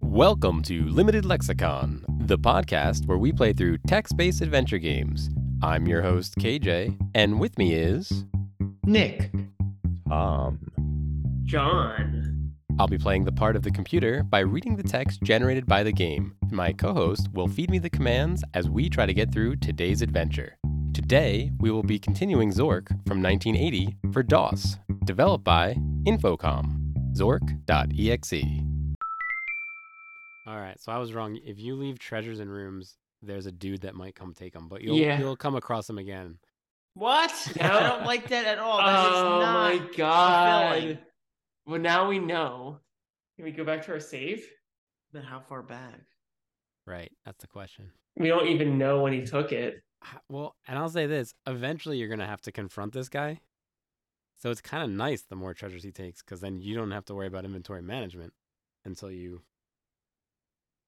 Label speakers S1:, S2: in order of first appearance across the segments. S1: Welcome to Limited Lexicon, the podcast where we play through text based adventure games. I'm your host, KJ, and with me is.
S2: Nick.
S3: Um,
S4: John.
S1: I'll be playing the part of the computer by reading the text generated by the game. My co host will feed me the commands as we try to get through today's adventure. Today, we will be continuing Zork from 1980 for DOS, developed by Infocom, zork.exe. All right, so I was wrong. If you leave treasures in rooms, there's a dude that might come take them, but you'll,
S2: Yeah.
S1: you'll come across him again.
S4: What?
S2: I don't like that at all. That is
S4: oh
S2: not
S4: my god.
S2: fulfilling.
S4: Well, now we know. Can we go back to our save?
S2: But how far back?
S1: Right, that's the question.
S4: We don't even know when he took it.
S1: I- Well, and I'll say this: eventually, you're gonna have to confront this guy. So it's kind of nice the more treasures he takes, because then you don't have to worry about inventory management until you.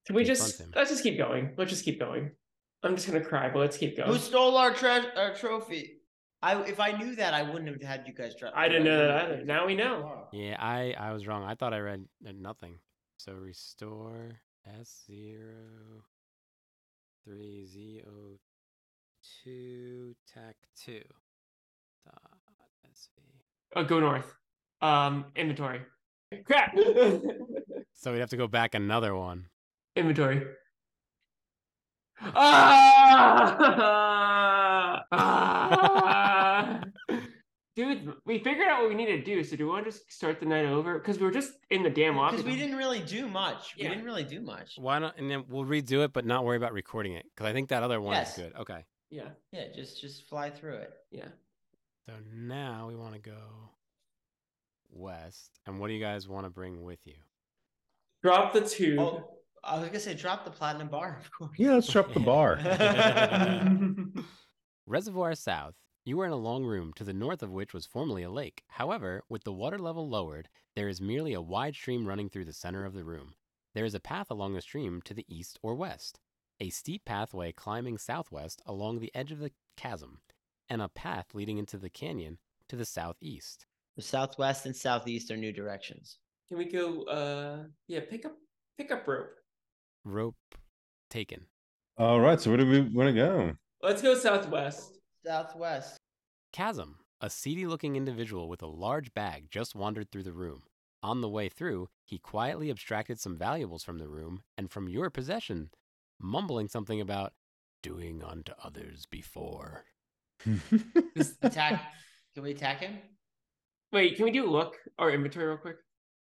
S4: Can we
S1: Confront
S4: just
S1: him.
S4: let's just keep going? Let's just keep going. I'm just gonna cry, but let's keep going.
S2: Who stole our tre- our trophy? I if I knew that I wouldn't have had you guys try.
S4: I didn't know that either. Now we know.
S1: Yeah, I I was wrong. I thought I read uh, nothing. So restore S zero three Z O two tac two. Dot SV.
S4: Oh, go north. Um, inventory. Crap.
S1: So we'd have to go back another one.
S4: inventory. Ah! Ah! Dude, we figured out what we need to do. So do we want to just start the night over? Because we were just in the damn lobby.
S2: Because we didn't really do much.
S4: Yeah.
S2: We didn't really do much.
S1: Why not? And then we'll redo it, but not worry about recording it, because I think that other one
S2: Yes.
S1: is good. Okay.
S4: Yeah,
S2: Yeah, just just fly through it.
S4: yeah.
S1: So now we want to go west. And what do you guys want to bring with you?
S4: Drop the two.
S2: Oh, I was gonna say drop the platinum bar, of course.
S3: yeah, let's drop the bar.
S1: Reservoir South. You are in a long room, to the north of which was formerly a lake. However, with the water level lowered, there is merely a wide stream running through the center of the room. There is a path along the stream to the east or west, a steep pathway climbing southwest along the edge of the chasm, and a path leading into the canyon to the southeast.
S2: The southwest and southeast are new directions.
S4: Can we go? Uh, yeah. Pick up, pick up rope.
S1: Rope taken.
S3: All right, so where do we want to go?
S4: Let's go southwest.
S2: Southwest.
S1: Chasm, a seedy looking individual with a large bag, just wandered through the room. On the way through, he quietly abstracted some valuables from the room and from your possession, mumbling something about doing unto others before.
S2: Attack. Can we attack him?
S4: Wait, can we do look or inventory real quick?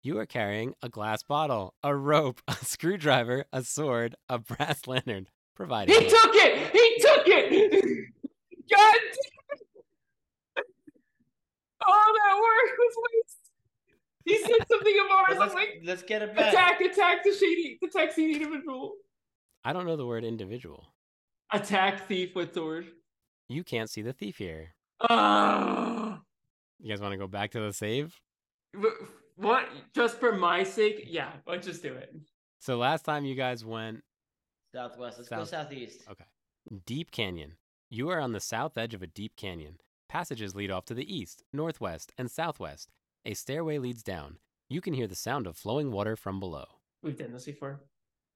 S1: You are carrying a glass bottle, a rope, a screwdriver, a sword, a brass lantern, provided.
S4: He took it. He took it. God. damn it. All that work was wasted. He said something of ours. I was
S2: Let's,
S4: like,
S2: let's get him back.
S4: attack, attack the shady, the taxi individual.
S1: I don't know the word individual.
S4: Attack thief with sword.
S1: You can't see the thief here.
S4: Ah.
S1: You guys want to go back to the save?
S4: Wh- what? Just for my sake? Yeah. Let's just do it.
S1: So last time you guys went
S2: Southwest. Let's go
S1: South-
S2: southeast.
S1: Deep Canyon. You are on the south edge of a deep canyon. Passages lead off to the east, northwest, and southwest. A stairway leads down. You can hear the sound of flowing water from below.
S4: We've done this before.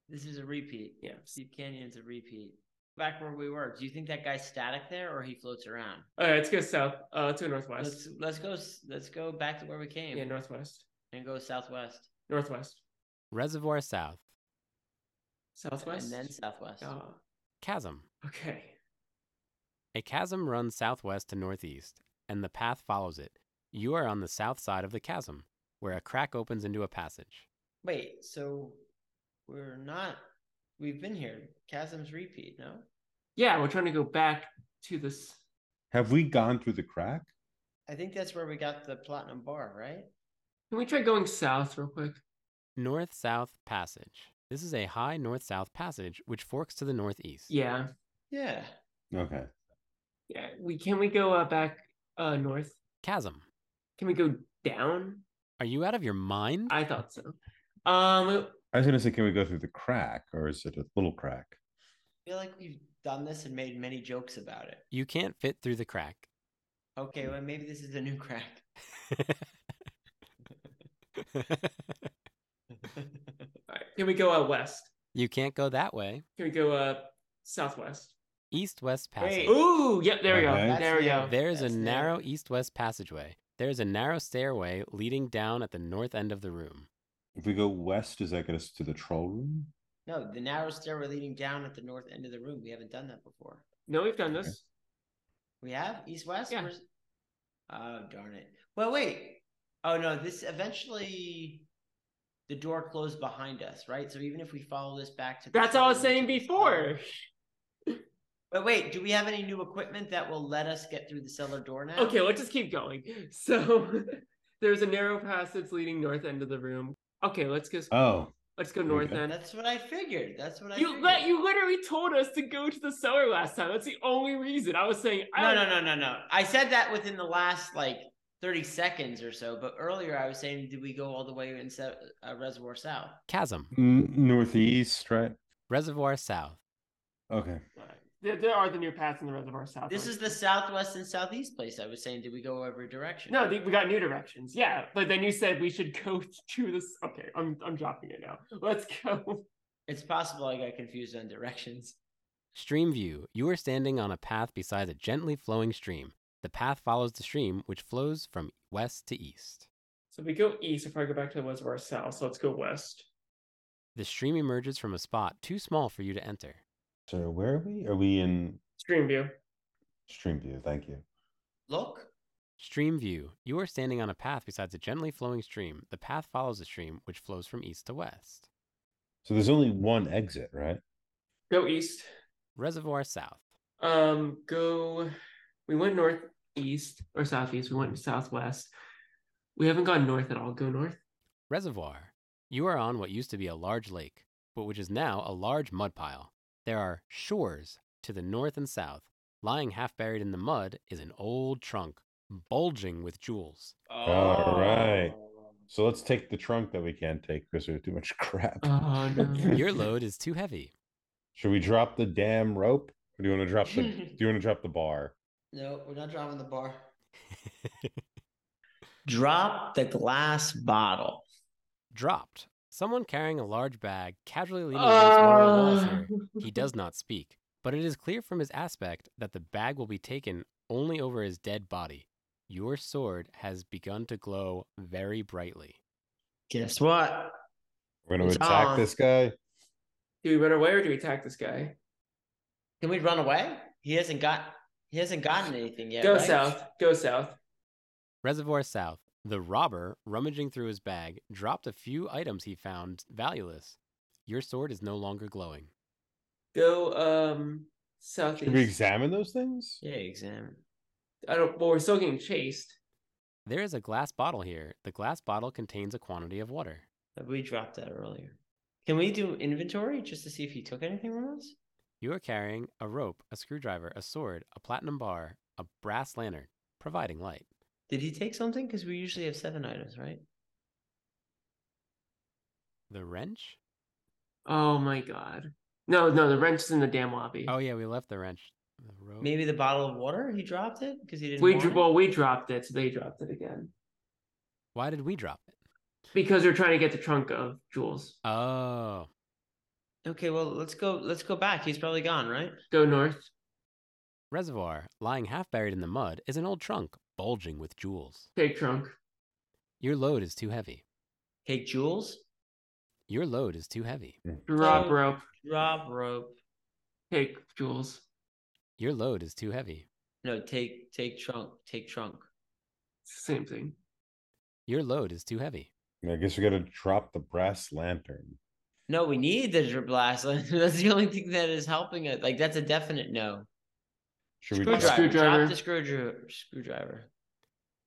S2: This is a repeat.
S4: Yeah.
S2: Steve Canyon's a repeat. Back where we were. Do you think that guy's static there, or he floats around?
S4: All right. Let's go south. Uh, let's go northwest.
S2: Let's let's go s- let's go back to where we came
S4: yeah, northwest.
S2: and go southwest,
S4: Northwest.
S1: Reservoir South.
S4: Southwest.
S2: and then southwest.
S4: Ah,
S1: Chasm.
S4: okay.
S1: A chasm runs southwest to northeast, and the path follows it. You are on the south side of the chasm, where a crack opens into a passage.
S2: Wait, so we're not. We've been here. Chasm's repeat. No.
S4: Yeah, we're trying to go back to this.
S3: Have we gone through the crack?
S2: I think that's where we got the platinum bar, right?
S4: Can we try going south real quick?
S1: North South Passage. This is a high north south passage which forks to the northeast.
S4: Yeah.
S2: Yeah.
S3: Okay.
S4: Yeah. We can we go uh, back uh north?
S1: Chasm.
S4: Can we go down?
S1: Are you out of your mind?
S4: I thought so. Um
S3: I was gonna say, can we go through the crack, or is it a little crack?
S2: I feel like we've done this and made many jokes about it.
S1: you can't fit through the crack.
S2: Okay, well maybe this is a new crack.
S4: all right, Can we go uh, west?
S1: You can't go that way.
S4: Can we go uh, southwest?
S1: East west passage.
S2: Wait.
S4: Ooh, yep, there we go.
S3: Okay.
S4: There we go.
S2: That's
S1: There is a
S2: That's narrow.
S1: narrow east west passageway. There is a narrow stairway leading down at the north end of the room.
S3: If we go west, does that get us to the troll room?
S2: No, the narrow stairway leading down at the north end of the room. We haven't done that before.
S4: No, we've done this.
S2: We have east west.
S4: Yeah.
S2: Where's- Oh darn it! Well, wait. Oh no, this eventually the door closed behind us, right? So even if we follow this back to the
S4: That's all I was
S2: cellar,
S4: saying
S2: to the
S4: before.
S2: cellar- But wait, do we have any new equipment that will let us get through the cellar door now?
S4: Okay, let's just keep going. So there's a narrow passage leading north end of the room. Okay, let's just
S3: Oh,
S4: let's go north
S3: okay.
S4: end.
S2: that's what I figured. That's what I.
S4: You
S2: figured.
S4: let you literally told us to go to the cellar last time. That's the only reason I was saying. I
S2: No,
S4: don't-
S2: no, no, no, no. I said that within the last like thirty seconds or so. But earlier, I was saying, did we go all the way in Se- uh, Reservoir South?
S1: Chasm.
S3: n- northeast, right?
S1: Reservoir south.
S3: Okay.
S4: Alright. There, there are the new paths in the reservoir south.
S2: This is the southwest and southeast place. I was saying, did we go every direction?
S4: no. The, we got new directions. Yeah, but then you said we should go to this. Okay, I'm I'm dropping it now. Let's go.
S2: It's possible I got confused on directions.
S1: Stream view. You are standing on a path beside a gently flowing stream. The path follows the stream, which flows from west to east.
S4: So we go east if I go back to the reservoir south. So let's go west.
S1: The stream emerges from a spot too small for you to enter.
S3: So where are we? Are we in
S4: Stream view.
S3: Streamview? Thank you.
S2: Look,
S1: Stream view. You are standing on a path beside a gently flowing stream. The path follows the stream, which flows from east to west.
S3: So there's only one exit, right?
S4: Go east.
S1: Reservoir south.
S4: Um, go. We went northeast or southeast. We went southwest. We haven't gone north at all. Go north.
S1: Reservoir. You are on what used to be a large lake, but which is now a large mud pile. There are shores to the north and south. Lying half buried in the mud is an old trunk, bulging with jewels.
S3: All right.
S2: Oh.
S3: So let's take the trunk that we can't take because there's too much crap.
S2: Uh.
S4: Oh no.
S1: Your load is too heavy.
S3: Should we drop the damn rope? Or do you want to drop the do you want to drop the bar?
S2: No, we're not dropping the bar. Drop the glass bottle.
S1: Dropped. Someone carrying a large bag casually leaning against one of the walls here.
S4: Uh,
S1: He does not speak, but it is clear from his aspect that the bag will be taken only over his dead body. Your sword has begun to glow very brightly.
S2: Guess what?
S3: We're gonna
S2: It's
S3: attack
S2: on.
S3: this guy.
S4: Do we run away or do we attack this guy?
S2: Can we run away? He hasn't got. He hasn't gotten anything yet.
S4: go
S2: right?
S4: south. Go south.
S1: Reservoir South, the robber, rummaging through his bag, dropped a few items he found valueless. Your sword is no longer glowing.
S4: Go um
S3: Should we
S4: southeast.
S3: examine those things?
S2: Yeah, examine.
S4: I don't. Well, we're still getting chased.
S1: There is a glass bottle here. The glass bottle contains a quantity of water.
S2: We dropped that earlier. Can we do inventory just to see if he took anything from us?
S1: You are carrying a rope, a screwdriver, a sword, a platinum bar, a brass lantern, providing light.
S2: Did he take something? Because we usually have seven items, right?
S1: The wrench?
S4: Oh my god. No, no. The wrench is in the damn lobby.
S1: Oh, yeah, we left the wrench. The rope.
S2: Maybe the bottle of water. He dropped it because he didn't.
S4: we
S2: want
S4: dr-
S2: it?
S4: well, we dropped it, so they dropped it again
S1: Why did we drop it?
S4: because they're trying to get the trunk of jewels.
S1: Oh,
S2: Okay, well let's go. Let's go back. He's probably gone, right?
S4: Go north.
S1: reservoir, lying half buried in the mud, is an old trunk, bulging with jewels.
S4: Take trunk.
S1: Your load is too heavy.
S2: Take jewels.
S1: Your load is too heavy.
S4: Drop
S2: So-
S4: rope.
S2: Drop rope.
S4: Take jewels.
S1: Your load is too heavy.
S2: No, take take trunk. Take trunk.
S4: Same thing.
S1: Your load is too heavy.
S3: I guess we gotta drop the brass lantern.
S2: No, we need the drip blast. that's the only thing that is helping us. Like that's a definite no.
S3: Should we
S2: Screwdriver.
S3: drop-
S4: Screwdriver.
S2: Drop the screwdriver. Screwdriver.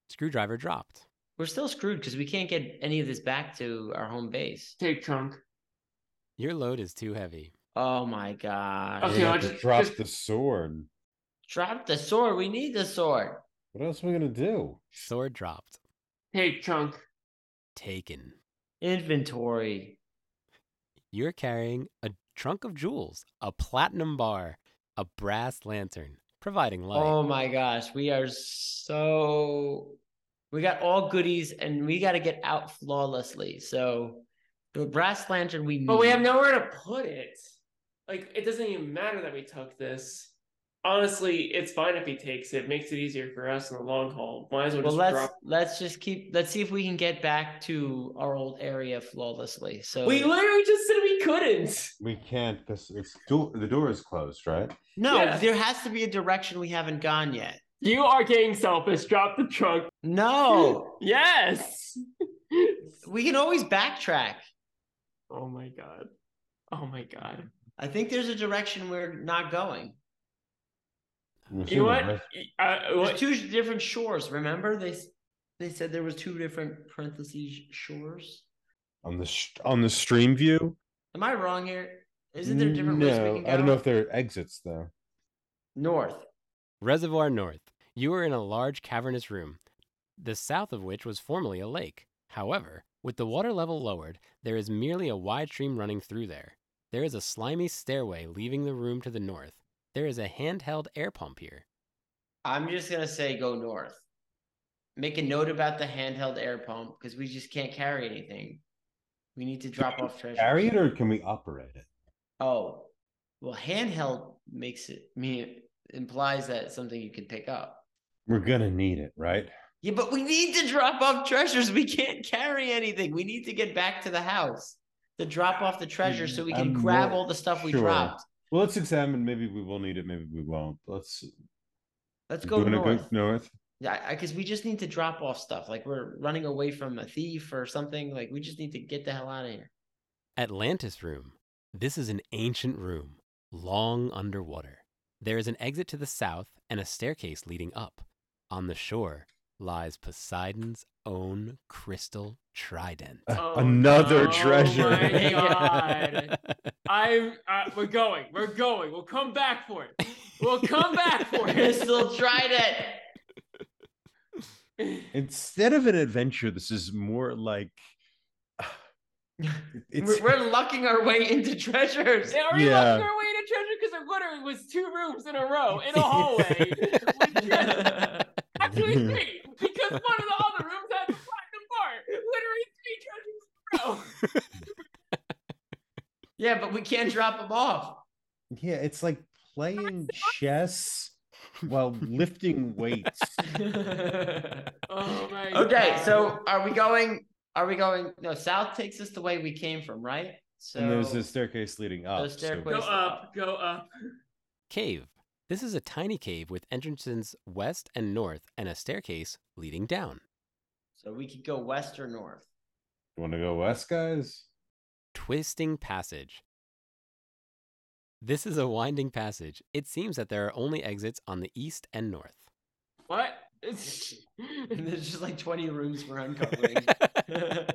S1: Screwdriver dropped.
S2: We're still screwed because we can't get any of this back to our home base.
S4: Take trunk.
S1: Your load is too heavy.
S2: Oh my god.
S3: We're
S4: Okay,
S3: gonna
S4: I'll
S3: have to
S4: just-
S3: drop
S4: just-
S3: the sword.
S2: Drop the sword. We need the sword.
S3: What else are we gonna do?
S1: Sword dropped.
S4: Take trunk.
S1: Taken.
S2: Inventory.
S1: You're carrying a trunk of jewels, a platinum bar, a brass lantern, providing light.
S2: Oh my gosh. We are so we got all goodies and we gotta get out flawlessly. So The brass lantern we need.
S4: But we have nowhere to put it. Like it doesn't even matter that we took this. Honestly, it's fine if he takes it. Makes it easier for us in the long haul. Might as well
S2: Well,
S4: just
S2: let's
S4: drop.
S2: let's just keep. Let's see if we can get back to our old area flawlessly. So
S4: We literally just said we couldn't.
S3: We can't because it's do- the door is closed, right?
S2: no,
S4: Yeah.
S2: there has to be a direction we haven't gone yet.
S4: You are getting selfish. Drop the trunk.
S2: No,
S4: Yes.
S2: we can always backtrack.
S4: oh my god. Oh my god.
S2: I think there's a direction we're not going.
S3: I'm
S4: You know
S3: assuming,
S4: what?
S3: right?
S4: Uh,
S2: There's
S4: what?
S2: two different shores. Remember they s- they said there was two different parentheses shores.
S3: On the sh- on the stream view.
S2: Am I wrong here? Isn't there different ways we
S3: No,
S2: can go?
S3: I don't know if there are exits though.
S2: north.
S1: Reservoir North. You are in a large cavernous room, the south of which was formerly a lake. However, with the water level lowered, there is merely a wide stream running through there. There is a slimy stairway leaving the room to the north. There is a handheld air pump here.
S2: I'm just gonna say go north. Make a note about the handheld air pump because we just can't carry anything. We need to drop off treasure.
S3: Carry it or can we operate it?
S2: Oh, well, handheld makes it me implies that something you can pick up.
S3: We're gonna need it, right?
S2: Yeah, but we need to drop off treasures. We can't carry anything. We need to get back to the house to drop off the treasure so we can
S3: Mm, I'm
S2: grab
S3: not
S2: all the stuff we
S3: sure.
S2: dropped.
S3: Well, let's examine. Maybe we will need it. Maybe we won't. Let's
S2: Let's go
S3: doing a good
S2: north.
S3: north.
S2: Yeah, because we just need to drop off stuff. Like we're running away from a thief or something. Like we just need to get the hell out of here.
S1: Atlantis Room. This is an ancient room, long underwater. There is an exit to the south and a staircase leading up. On the shore lies Poseidon's own crystal trident.
S4: Oh,
S3: Another
S4: no.
S3: treasure.
S4: Oh my God. I'm. Uh, we're going. We're going. We'll come back for it. We'll come back for it.
S2: Crystal Trident.
S3: Instead of an adventure, this is more like it's
S2: We're, we're lucking our way into treasures.
S4: They already
S3: Yeah.
S4: lost their way to treasure because there literally was two rooms in a row in a hallway. with treasure. Actually, three because one of the other rooms had the platinum bar. Literally three treasures in a row.
S2: Yeah, but we can't drop them off.
S3: yeah, it's like playing chess while lifting weights.
S4: Oh my.
S2: Okay,
S4: God.
S2: so are we going? Are we going? No, south takes us the way we came from, right? So
S3: and there's a staircase leading up. so-
S2: stairway-
S4: go up. Go up.
S1: Cave. This is a tiny cave with entrances west and north and a staircase leading down.
S2: so we could go west or north.
S3: You want to go west, guys?
S1: Twisting Passage. This is a winding passage. It seems that there are only exits on the east and north.
S4: What?
S2: And there's just like 20 rooms we're uncovering. well,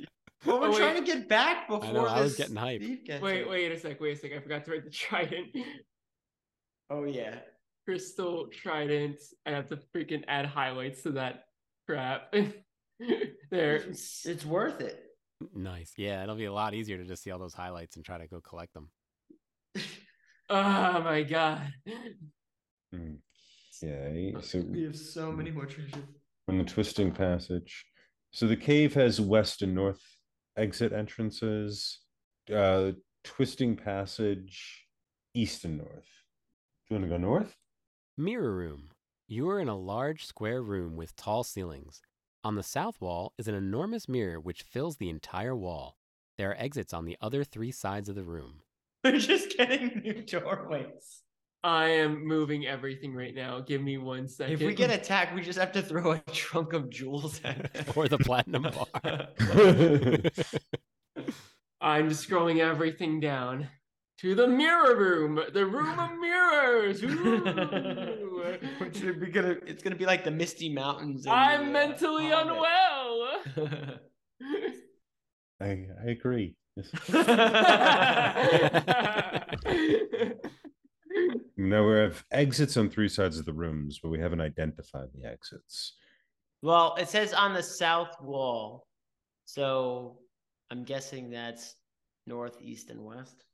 S2: we're
S4: Oh, wait.
S2: trying to get back before
S1: I know, I was
S2: this
S1: getting hyped.
S2: thief gets
S4: wait,
S2: here.
S4: wait a sec. Wait a sec. I forgot to write the trident.
S2: Oh yeah.
S4: Crystal trident. I have to freaking add highlights to that crap. there.
S2: It's, it's worth it.
S1: nice. Yeah, it'll be a lot easier to just see all those highlights and try to go collect them.
S4: Oh my god.
S3: Hmm, Okay. So
S2: We Hmm. have so many more treasures.
S3: from the twisting passage. So the cave has west and north exit entrances, uh, twisting passage, east and north. Do you want to go north?
S1: Mirror Room. You are in a large square room with tall ceilings. On the south wall is an enormous mirror which fills the entire wall. There are exits on the other three sides of the room.
S2: They're just getting new doorways.
S4: I am moving everything right now. Give me one second.
S2: If we get attacked, we just have to throw a trunk of jewels at them.
S1: Or the platinum bar.
S4: I'm scrolling everything down to the mirror room, the room of mirrors. Ooh.
S2: Which would be gonna, it's gonna be like the Misty Mountains. in
S4: I'm
S2: the, uh,
S4: mentally
S2: Hobbit.
S4: unwell.
S3: I, I agree. This- Now we have exits on three sides of the rooms, but we haven't identified the exits.
S2: well, it says on the south wall, so I'm guessing that's north, east, and west.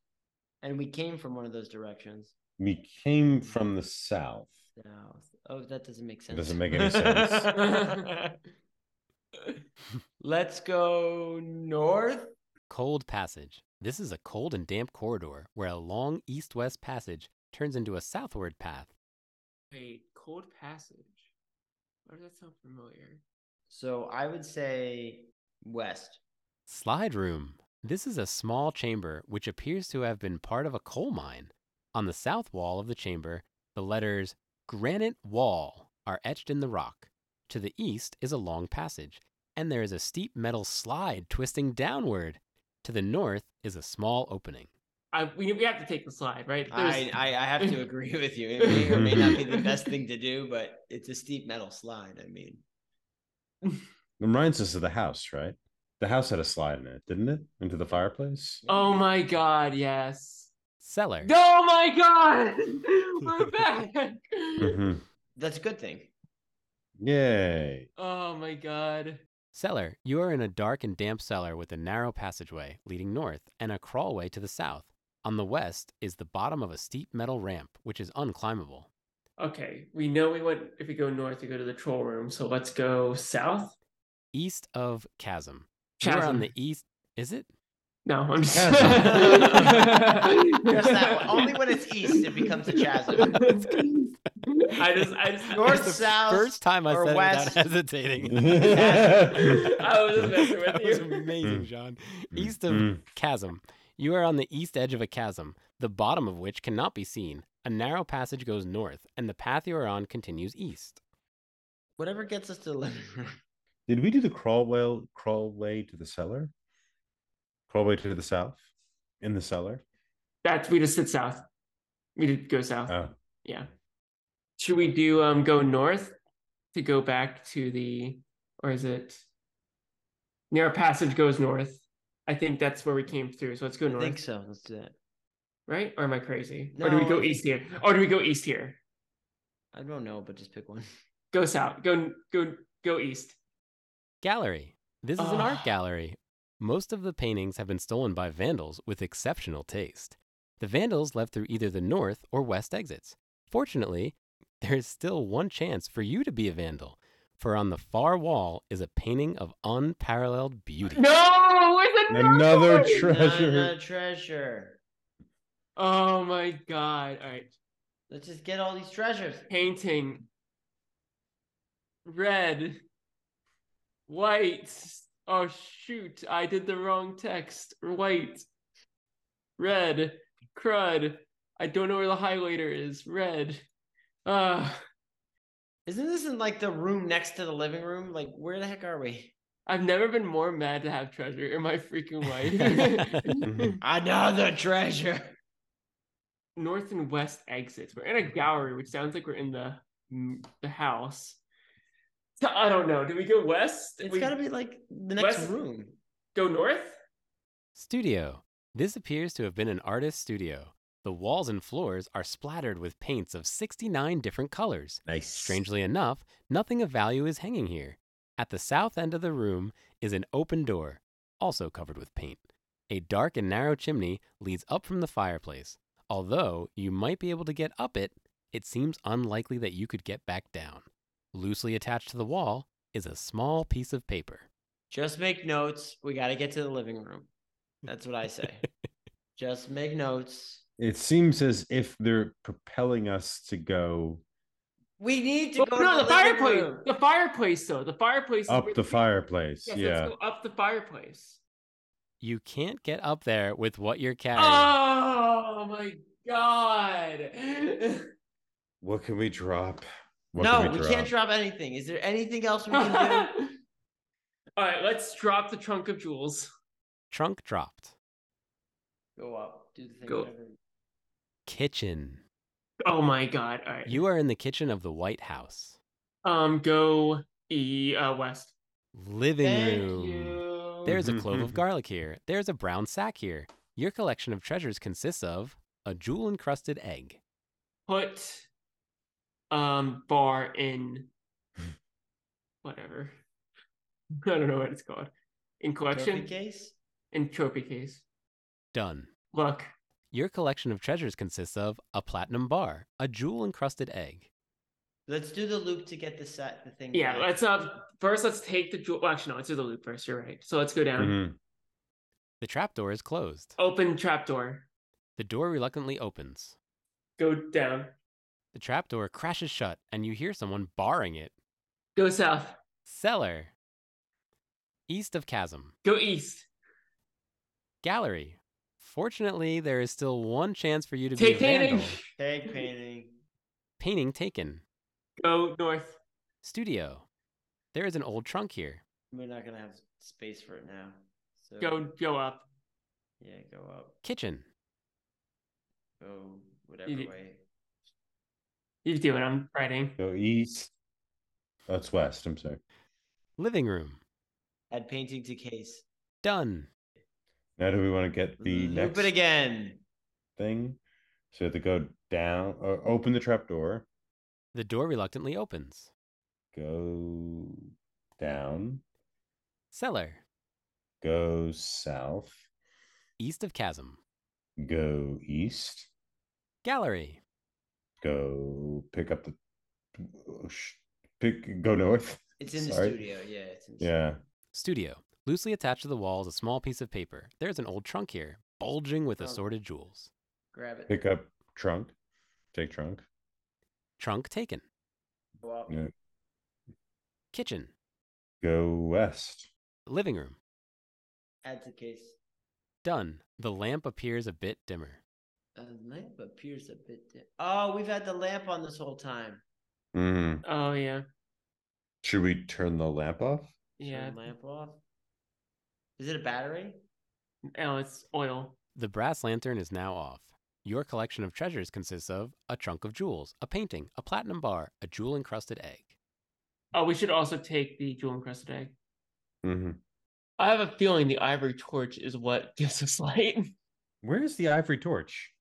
S2: And we came from one of those directions.
S3: We came from the south.
S2: South. Oh, that doesn't make sense.
S3: It doesn't make any sense.
S2: Let's go north.
S1: Cold Passage. This is a cold and damp corridor where a long east west passage turns into a southward path.
S4: Wait, Cold Passage. Why does that sound familiar?
S2: So I would say west.
S1: Slide Room. This is a small chamber which appears to have been part of a coal mine. On the south wall of the chamber, the letters Granite Wall are etched in the rock. To the east is a long passage, and there is a steep metal slide twisting downward. To the north is a small opening.
S4: I, we, we have to take the slide, right?
S2: I,
S4: There's-
S2: I I have to agree with you. It may or may not be the best thing to do, but it's a steep metal slide. I mean,
S3: Reminds us of the house, right? The house had a slide in it, didn't it? Into the fireplace.
S4: oh my god, yes.
S1: Cellar.
S4: Oh my god! We're back!
S3: hmm
S2: that's a good thing.
S3: Yay!
S4: oh my god.
S1: Cellar. You are in a dark and damp cellar with a narrow passageway leading north and a crawlway to the south. On the west is the bottom of a steep metal ramp, which is unclimbable.
S4: Okay, we know we went if we go north, we go to the troll room. So let's go south.
S1: East of Chasm. You are on
S4: Chasm.
S1: the east. Is it?
S4: No, I'm just.
S3: Chasm.
S2: Just that one. Only when it's east, it becomes a chasm.
S4: I just, I just
S2: North,
S1: the
S2: south,
S1: First time I
S2: or
S1: said it
S2: west?
S1: without hesitating.
S3: Mm-hmm.
S4: I was just messing
S1: that
S4: with
S1: was
S4: you.
S1: amazing,
S3: Mm.
S1: John. East of
S3: Mm-hmm.
S1: Chasm. You are on the east edge of a chasm, the bottom of which cannot be seen. A narrow passage goes north, and the path you are on continues east.
S2: Whatever gets us to the living room.
S3: Did we do the crawlwell crawlway to the cellar? Crawlway to the south, in the cellar.
S4: That's we just did south. We did go south.
S3: Oh,
S4: yeah. Should we do um go north to go back to the or is it narrow passage goes north? I think that's where we came through. So let's go
S2: I
S4: north,
S2: think so. Let's do that.
S4: right? Or am I crazy? or do we
S2: No, I
S4: go
S2: think-
S4: east here? Or do we go east here?
S2: I don't know, but just pick one.
S4: Go south. Go go go east.
S1: Gallery. This is an art
S4: Ah.
S1: gallery. Most of the paintings have been stolen by vandals with exceptional taste. The vandals left through either the north or west exits. Fortunately, there is still one chance for you to be a vandal, for on the far wall is a painting of unparalleled beauty.
S4: No, it's another,
S3: another
S4: one!
S3: treasure.
S2: Not a treasure.
S4: Oh my god. All right.
S2: Let's just get all these treasures.
S4: painting red white oh shoot i did the wrong text white red crud i don't know where the highlighter is red uh
S2: Isn't this in like the room next to the living room? Like, where the heck are we?
S4: i've never been more mad to have treasure in my freaking
S3: Mm-hmm.
S4: life
S2: Another treasure.
S4: north and west exits we're in a gallery which sounds like we're in the mm, the house So, i don't know do we go west
S2: It's
S4: we
S2: got to be like the next
S4: West-
S2: room.
S4: go north
S1: Studio. This appears to have been an artist's studio. The walls and floors are splattered with paints of 69 different colors.
S3: nice.
S1: Strangely enough, nothing of value is hanging here. At the south end of the room is an open door, also covered with paint. A dark and narrow chimney leads up from the fireplace. Although you might be able to get up it, it seems unlikely that you could get back down. Loosely attached to the wall is a small piece of paper.
S2: Just make notes. We got to get to the living room. That's what I say. Just make notes.
S3: It seems as if they're propelling us to go
S2: We need to
S4: Well,
S2: go
S4: no,
S2: to
S4: the,
S2: the, living
S4: fireplace.
S2: room.
S4: The fireplace, though. The fireplace. is where
S3: up the fireplace.
S4: Yes,
S3: yeah.
S4: Let's go up the fireplace.
S1: You can't get up there with what you're carrying.
S2: Ah!
S4: Oh my god!
S3: What can we drop? What
S2: no,
S3: can
S2: we can't drop anything. Is there anything else we can do?
S4: All right, let's drop the trunk of jewels.
S1: Trunk dropped.
S2: go up. Do the thing.
S4: Go-
S2: whatever.
S1: Kitchen.
S4: Oh my god! All right,
S1: You are in the kitchen of the White House.
S4: um go e uh, west.
S1: Living
S2: Thank
S1: room.
S2: you.
S1: There's a clove of garlic here. There's a brown sack here. Your collection of treasures consists of a jewel encrusted egg,
S4: Put um bar in whatever. I don't know what it's called. In
S2: Trophy
S4: collection,
S2: case.
S4: in trophy case.
S1: done.
S4: Look,
S1: Your collection of treasures consists of a platinum bar, a jewel encrusted egg.
S2: Let's do the loop to get the set. The thing.
S4: Yeah, uh,
S2: back.
S3: Mm-hmm.
S4: let's uh first let's take the jewel. Well, actually, no, let's do the loop first. You're right. So let's go down.
S3: Mhm.
S1: The trapdoor is closed.
S4: Open trapdoor.
S1: The door reluctantly opens.
S4: Go down.
S1: The trapdoor crashes shut, and you hear someone barring it.
S4: Go south.
S1: Cellar. East of chasm.
S4: Go east.
S1: Gallery. Fortunately, there is still one chance for you to
S4: Take
S1: be a vandal.
S4: painting.
S2: Tag painting.
S1: Painting taken.
S4: Go north.
S1: Studio. There is an old trunk here.
S2: We're not gonna have space for it now. So
S4: Go go up.
S2: Yeah, go up.
S1: Kitchen.
S2: Go whatever
S4: You-
S2: way.
S4: You do it. I'm writing.
S3: Go east. That's west. I'm sorry.
S1: Living room.
S2: Add painting to case.
S1: Done.
S3: Now, do we want to Mm, get the
S2: Loop
S3: next
S2: it again.
S3: thing? So to go down or open the trapdoor,
S1: The door reluctantly opens.
S3: go down,
S1: Cellar.
S3: go south,
S1: East of chasm.
S3: go east,
S1: Gallery.
S3: go pick up the oh, sh- pick go north.
S2: It's in the
S3: Sorry.
S2: studio. Yeah, it's in the
S3: Yeah.
S1: Studio. Loosely attached to the wall is a small piece of paper. There is an old trunk here, bulging with
S2: Oh.
S1: assorted jewels.
S2: studio. Grab it.
S3: Pick up trunk. Take trunk.
S1: Trunk taken.
S2: Go up.
S3: Yeah.
S1: Kitchen.
S3: Go west.
S1: Living room.
S2: Add to case.
S1: Done. The lamp appears a bit dimmer.
S2: Uh, lamp appears a bit. Di- oh, we've had the lamp on this whole time.
S3: Mm.
S4: Oh yeah.
S3: Should we turn the lamp off?
S4: Yeah.
S2: Turn lamp off. Is it a battery?
S4: Oh, it's oil.
S1: The brass lantern is now off. Your collection of treasures consists of a trunk of jewels, a painting, a platinum bar, a jewel encrusted egg.
S4: Oh, we should also take the jewel encrusted egg.
S3: Mm-hmm.
S4: I have a feeling the ivory torch is what gives us light.
S3: Where is the ivory torch?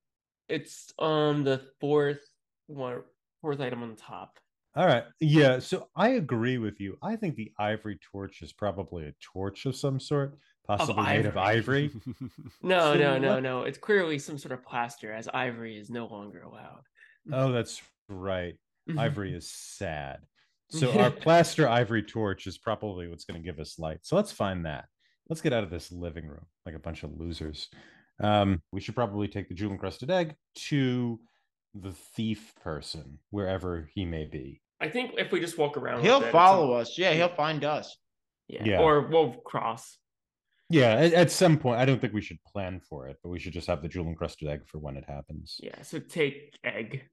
S4: It's um the fourth one, fourth item on the top.
S3: All right. Yeah. So I agree with you. I think the ivory torch is probably a torch of some sort, possibly made of ivory.
S4: No,
S3: So
S4: no, no,
S3: what-
S4: no. It's clearly some sort of plaster, as ivory is no longer allowed.
S3: oh, that's right. Ivory is sad. So our plaster ivory torch is probably what's going to give us light. So let's find that. Let's get out of this living room like a bunch of losers. Um, we should probably take the jewel encrusted egg to the thief person, wherever he may be.
S4: I think if we just walk around,
S2: He'll follow us. Yeah, he'll find us.
S4: Yeah.
S3: Yeah.
S4: Or we'll cross.
S3: Yeah, at, at some point, I don't think we should plan for it, but we should just have the jewel encrusted egg for when it happens.
S4: Yeah. So take egg.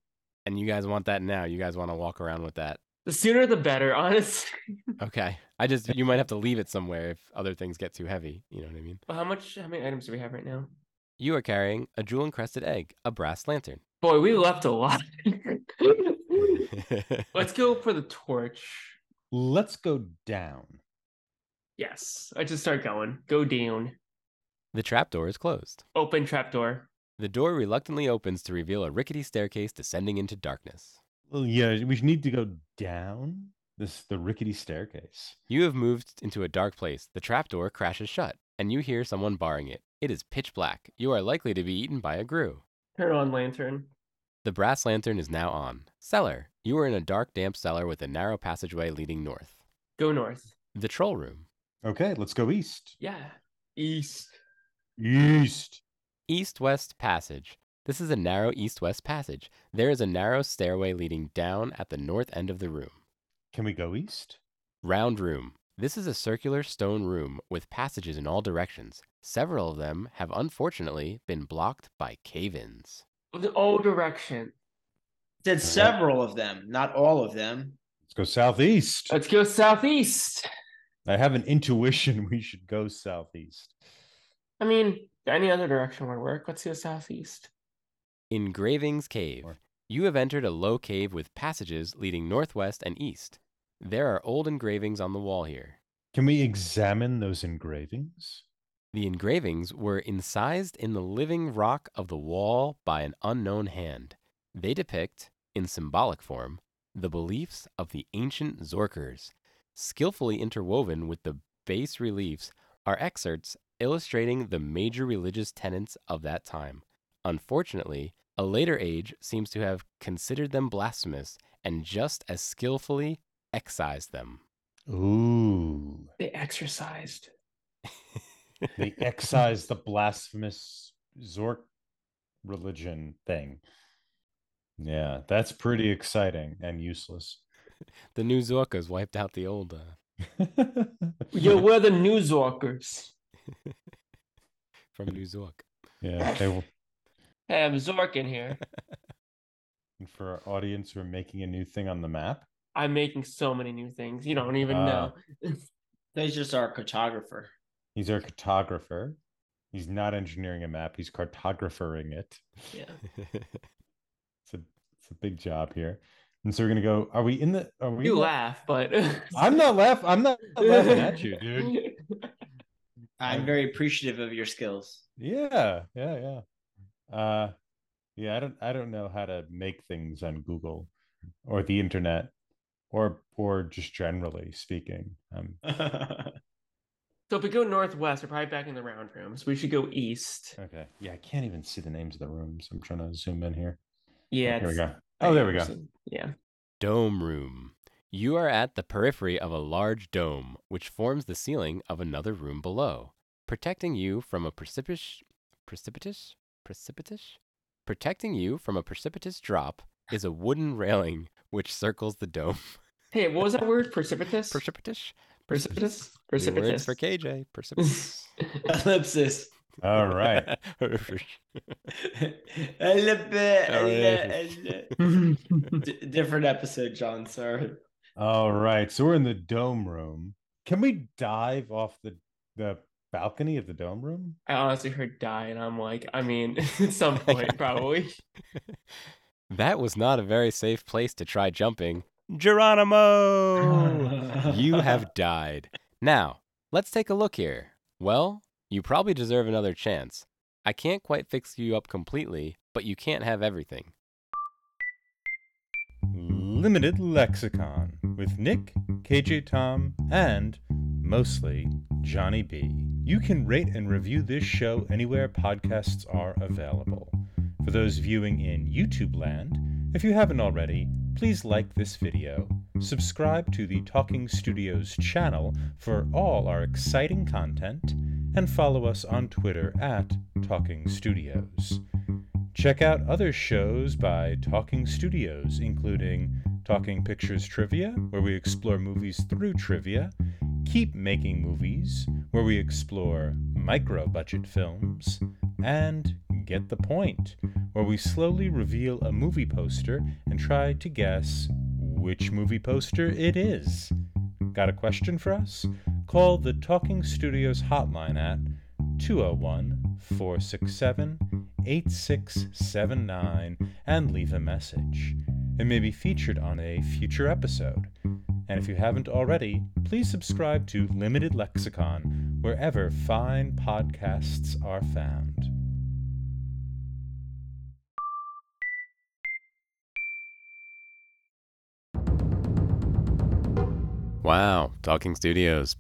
S1: and you guys want that now. You guys want to walk around with that.
S4: The sooner the better, honestly.
S1: Okay. I just, you might have to leave it somewhere if other things get too heavy. You know what I mean?
S4: Well, how much? How many items do we have right now?
S1: You are carrying a jewel encrusted egg, a brass lantern.
S4: Boy, we left a lot. Let's go for the torch.
S3: Let's go down.
S4: Yes. I just start going. Go down.
S1: the trapdoor is closed.
S4: Open trapdoor.
S1: The door reluctantly opens to reveal a rickety staircase descending into darkness.
S3: Well, yeah, we need to go down this the rickety staircase.
S1: You have moved into a dark place. The trapdoor crashes shut, and you hear someone barring it. It is pitch black. You are likely to be eaten by a grue.
S4: Turn on lantern.
S1: The brass lantern is now on. Cellar. You are in a dark, damp cellar with a narrow passageway leading north.
S4: Go north.
S1: The troll room.
S3: Okay, let's go east.
S4: Yeah. East.
S3: East.
S1: East west passage. This is a narrow east west passage. There is a narrow stairway leading down at the north end of the room.
S3: Can we go east?
S1: Round room. This is a circular stone room with passages in all directions. Several of them have unfortunately been blocked by cave ins.
S4: The all direction.
S2: Said several of them, not all of them.
S3: Let's go southeast.
S4: Let's go southeast.
S3: I have an intuition we should go southeast.
S4: I mean, any other direction would work. Let's go southeast.
S1: Engravings Cave.
S3: Or-
S1: You have entered a low cave with passages leading northwest and east. There are old engravings on the wall here.
S3: Can we examine those engravings?
S1: The engravings were incised in the living rock of the wall by an unknown hand. They depict, in symbolic form, the beliefs of the ancient Zorkers. Skillfully interwoven with the bas reliefs are excerpts illustrating the major religious tenets of that time. Unfortunately, a later age seems to have considered them blasphemous and just as skillfully excised them.
S3: Ooh.
S4: They exercised.
S3: They excised the blasphemous Zork religion thing. Yeah, that's pretty exciting and useless.
S1: The new Zorkas wiped out the old. Uh,
S4: Yo, we're the New Zorkers.
S1: from New Zork.
S3: Yeah, they will.
S4: Hey, I'm Zorkin here.
S3: And for our audience, we're making a new thing on the map.
S4: I'm making so many new things. You don't even know.
S3: Ah.
S2: He's just our cartographer.
S3: He's our cartographer. He's not engineering a map. He's cartographering it.
S4: Yeah.
S3: It's a it's a big job here. And so we're gonna go. Are we in the? Are we?
S4: You
S3: la-
S4: laugh, but
S3: I'm not laughing. I'm not laughing at you, dude.
S2: I'm
S3: I'm-
S2: very appreciative of your skills.
S3: Yeah, yeah, yeah. Uh yeah, I don't I don't know how to make things on Google or the internet or or just generally speaking. Um
S4: So if we go northwest, we're probably back in the round rooms. We should go east.
S3: okay. Yeah, I can't even see the names of the rooms. I'm trying to zoom in here.
S4: Yeah.
S3: Here we
S4: it's-
S3: go. Oh, there we go.
S4: Yeah.
S1: Dome room. You are at the periphery of a large dome, which forms the ceiling of another room below, protecting you from a precipitous, precipitous, precipitous, protecting you from a precipitous drop is a wooden railing which circles the dome.
S4: Hey, what was that word? Precipitous.
S1: Precipitous.
S4: Precipitous.
S1: New words
S4: Precipitous.
S1: for KJ. Precipitous.
S2: Ellipsis.
S3: All right.
S2: Oh, D- different episode, John. Sorry.
S3: All right. So we're in the dome room. Can we dive off the the balcony of the dome room?
S4: I honestly heard die, and I'm like, I mean, at some point probably.
S1: that was not a very safe place to try jumping. Geronimo! you have died. Now, let's take a look here. Well, you probably deserve another chance. I can't quite fix you up completely, but you can't have everything.
S3: Limited Lexicon with Nick, KJ Tom, and mostly Johnny B. You can rate and review this show anywhere podcasts are available. For those viewing in YouTube land, if you haven't already, please like this video. Subscribe to the Talking Studios channel for all our exciting content, and follow us on Twitter at Talking Studios. Check out other shows by Talking Studios, including Talking Pictures Trivia, where we explore movies through trivia, Keep Making Movies, where we explore micro budget films, and Get the Point, where we slowly reveal a movie poster and try to guess which movie poster it is. Got a question for us? Call the Talking Studios hotline at 201 467 8679 and leave a message. It may be featured on a future episode. And if you haven't already, please subscribe to Limited Lexicon wherever fine podcasts are found.
S1: Wow, Talking Studios,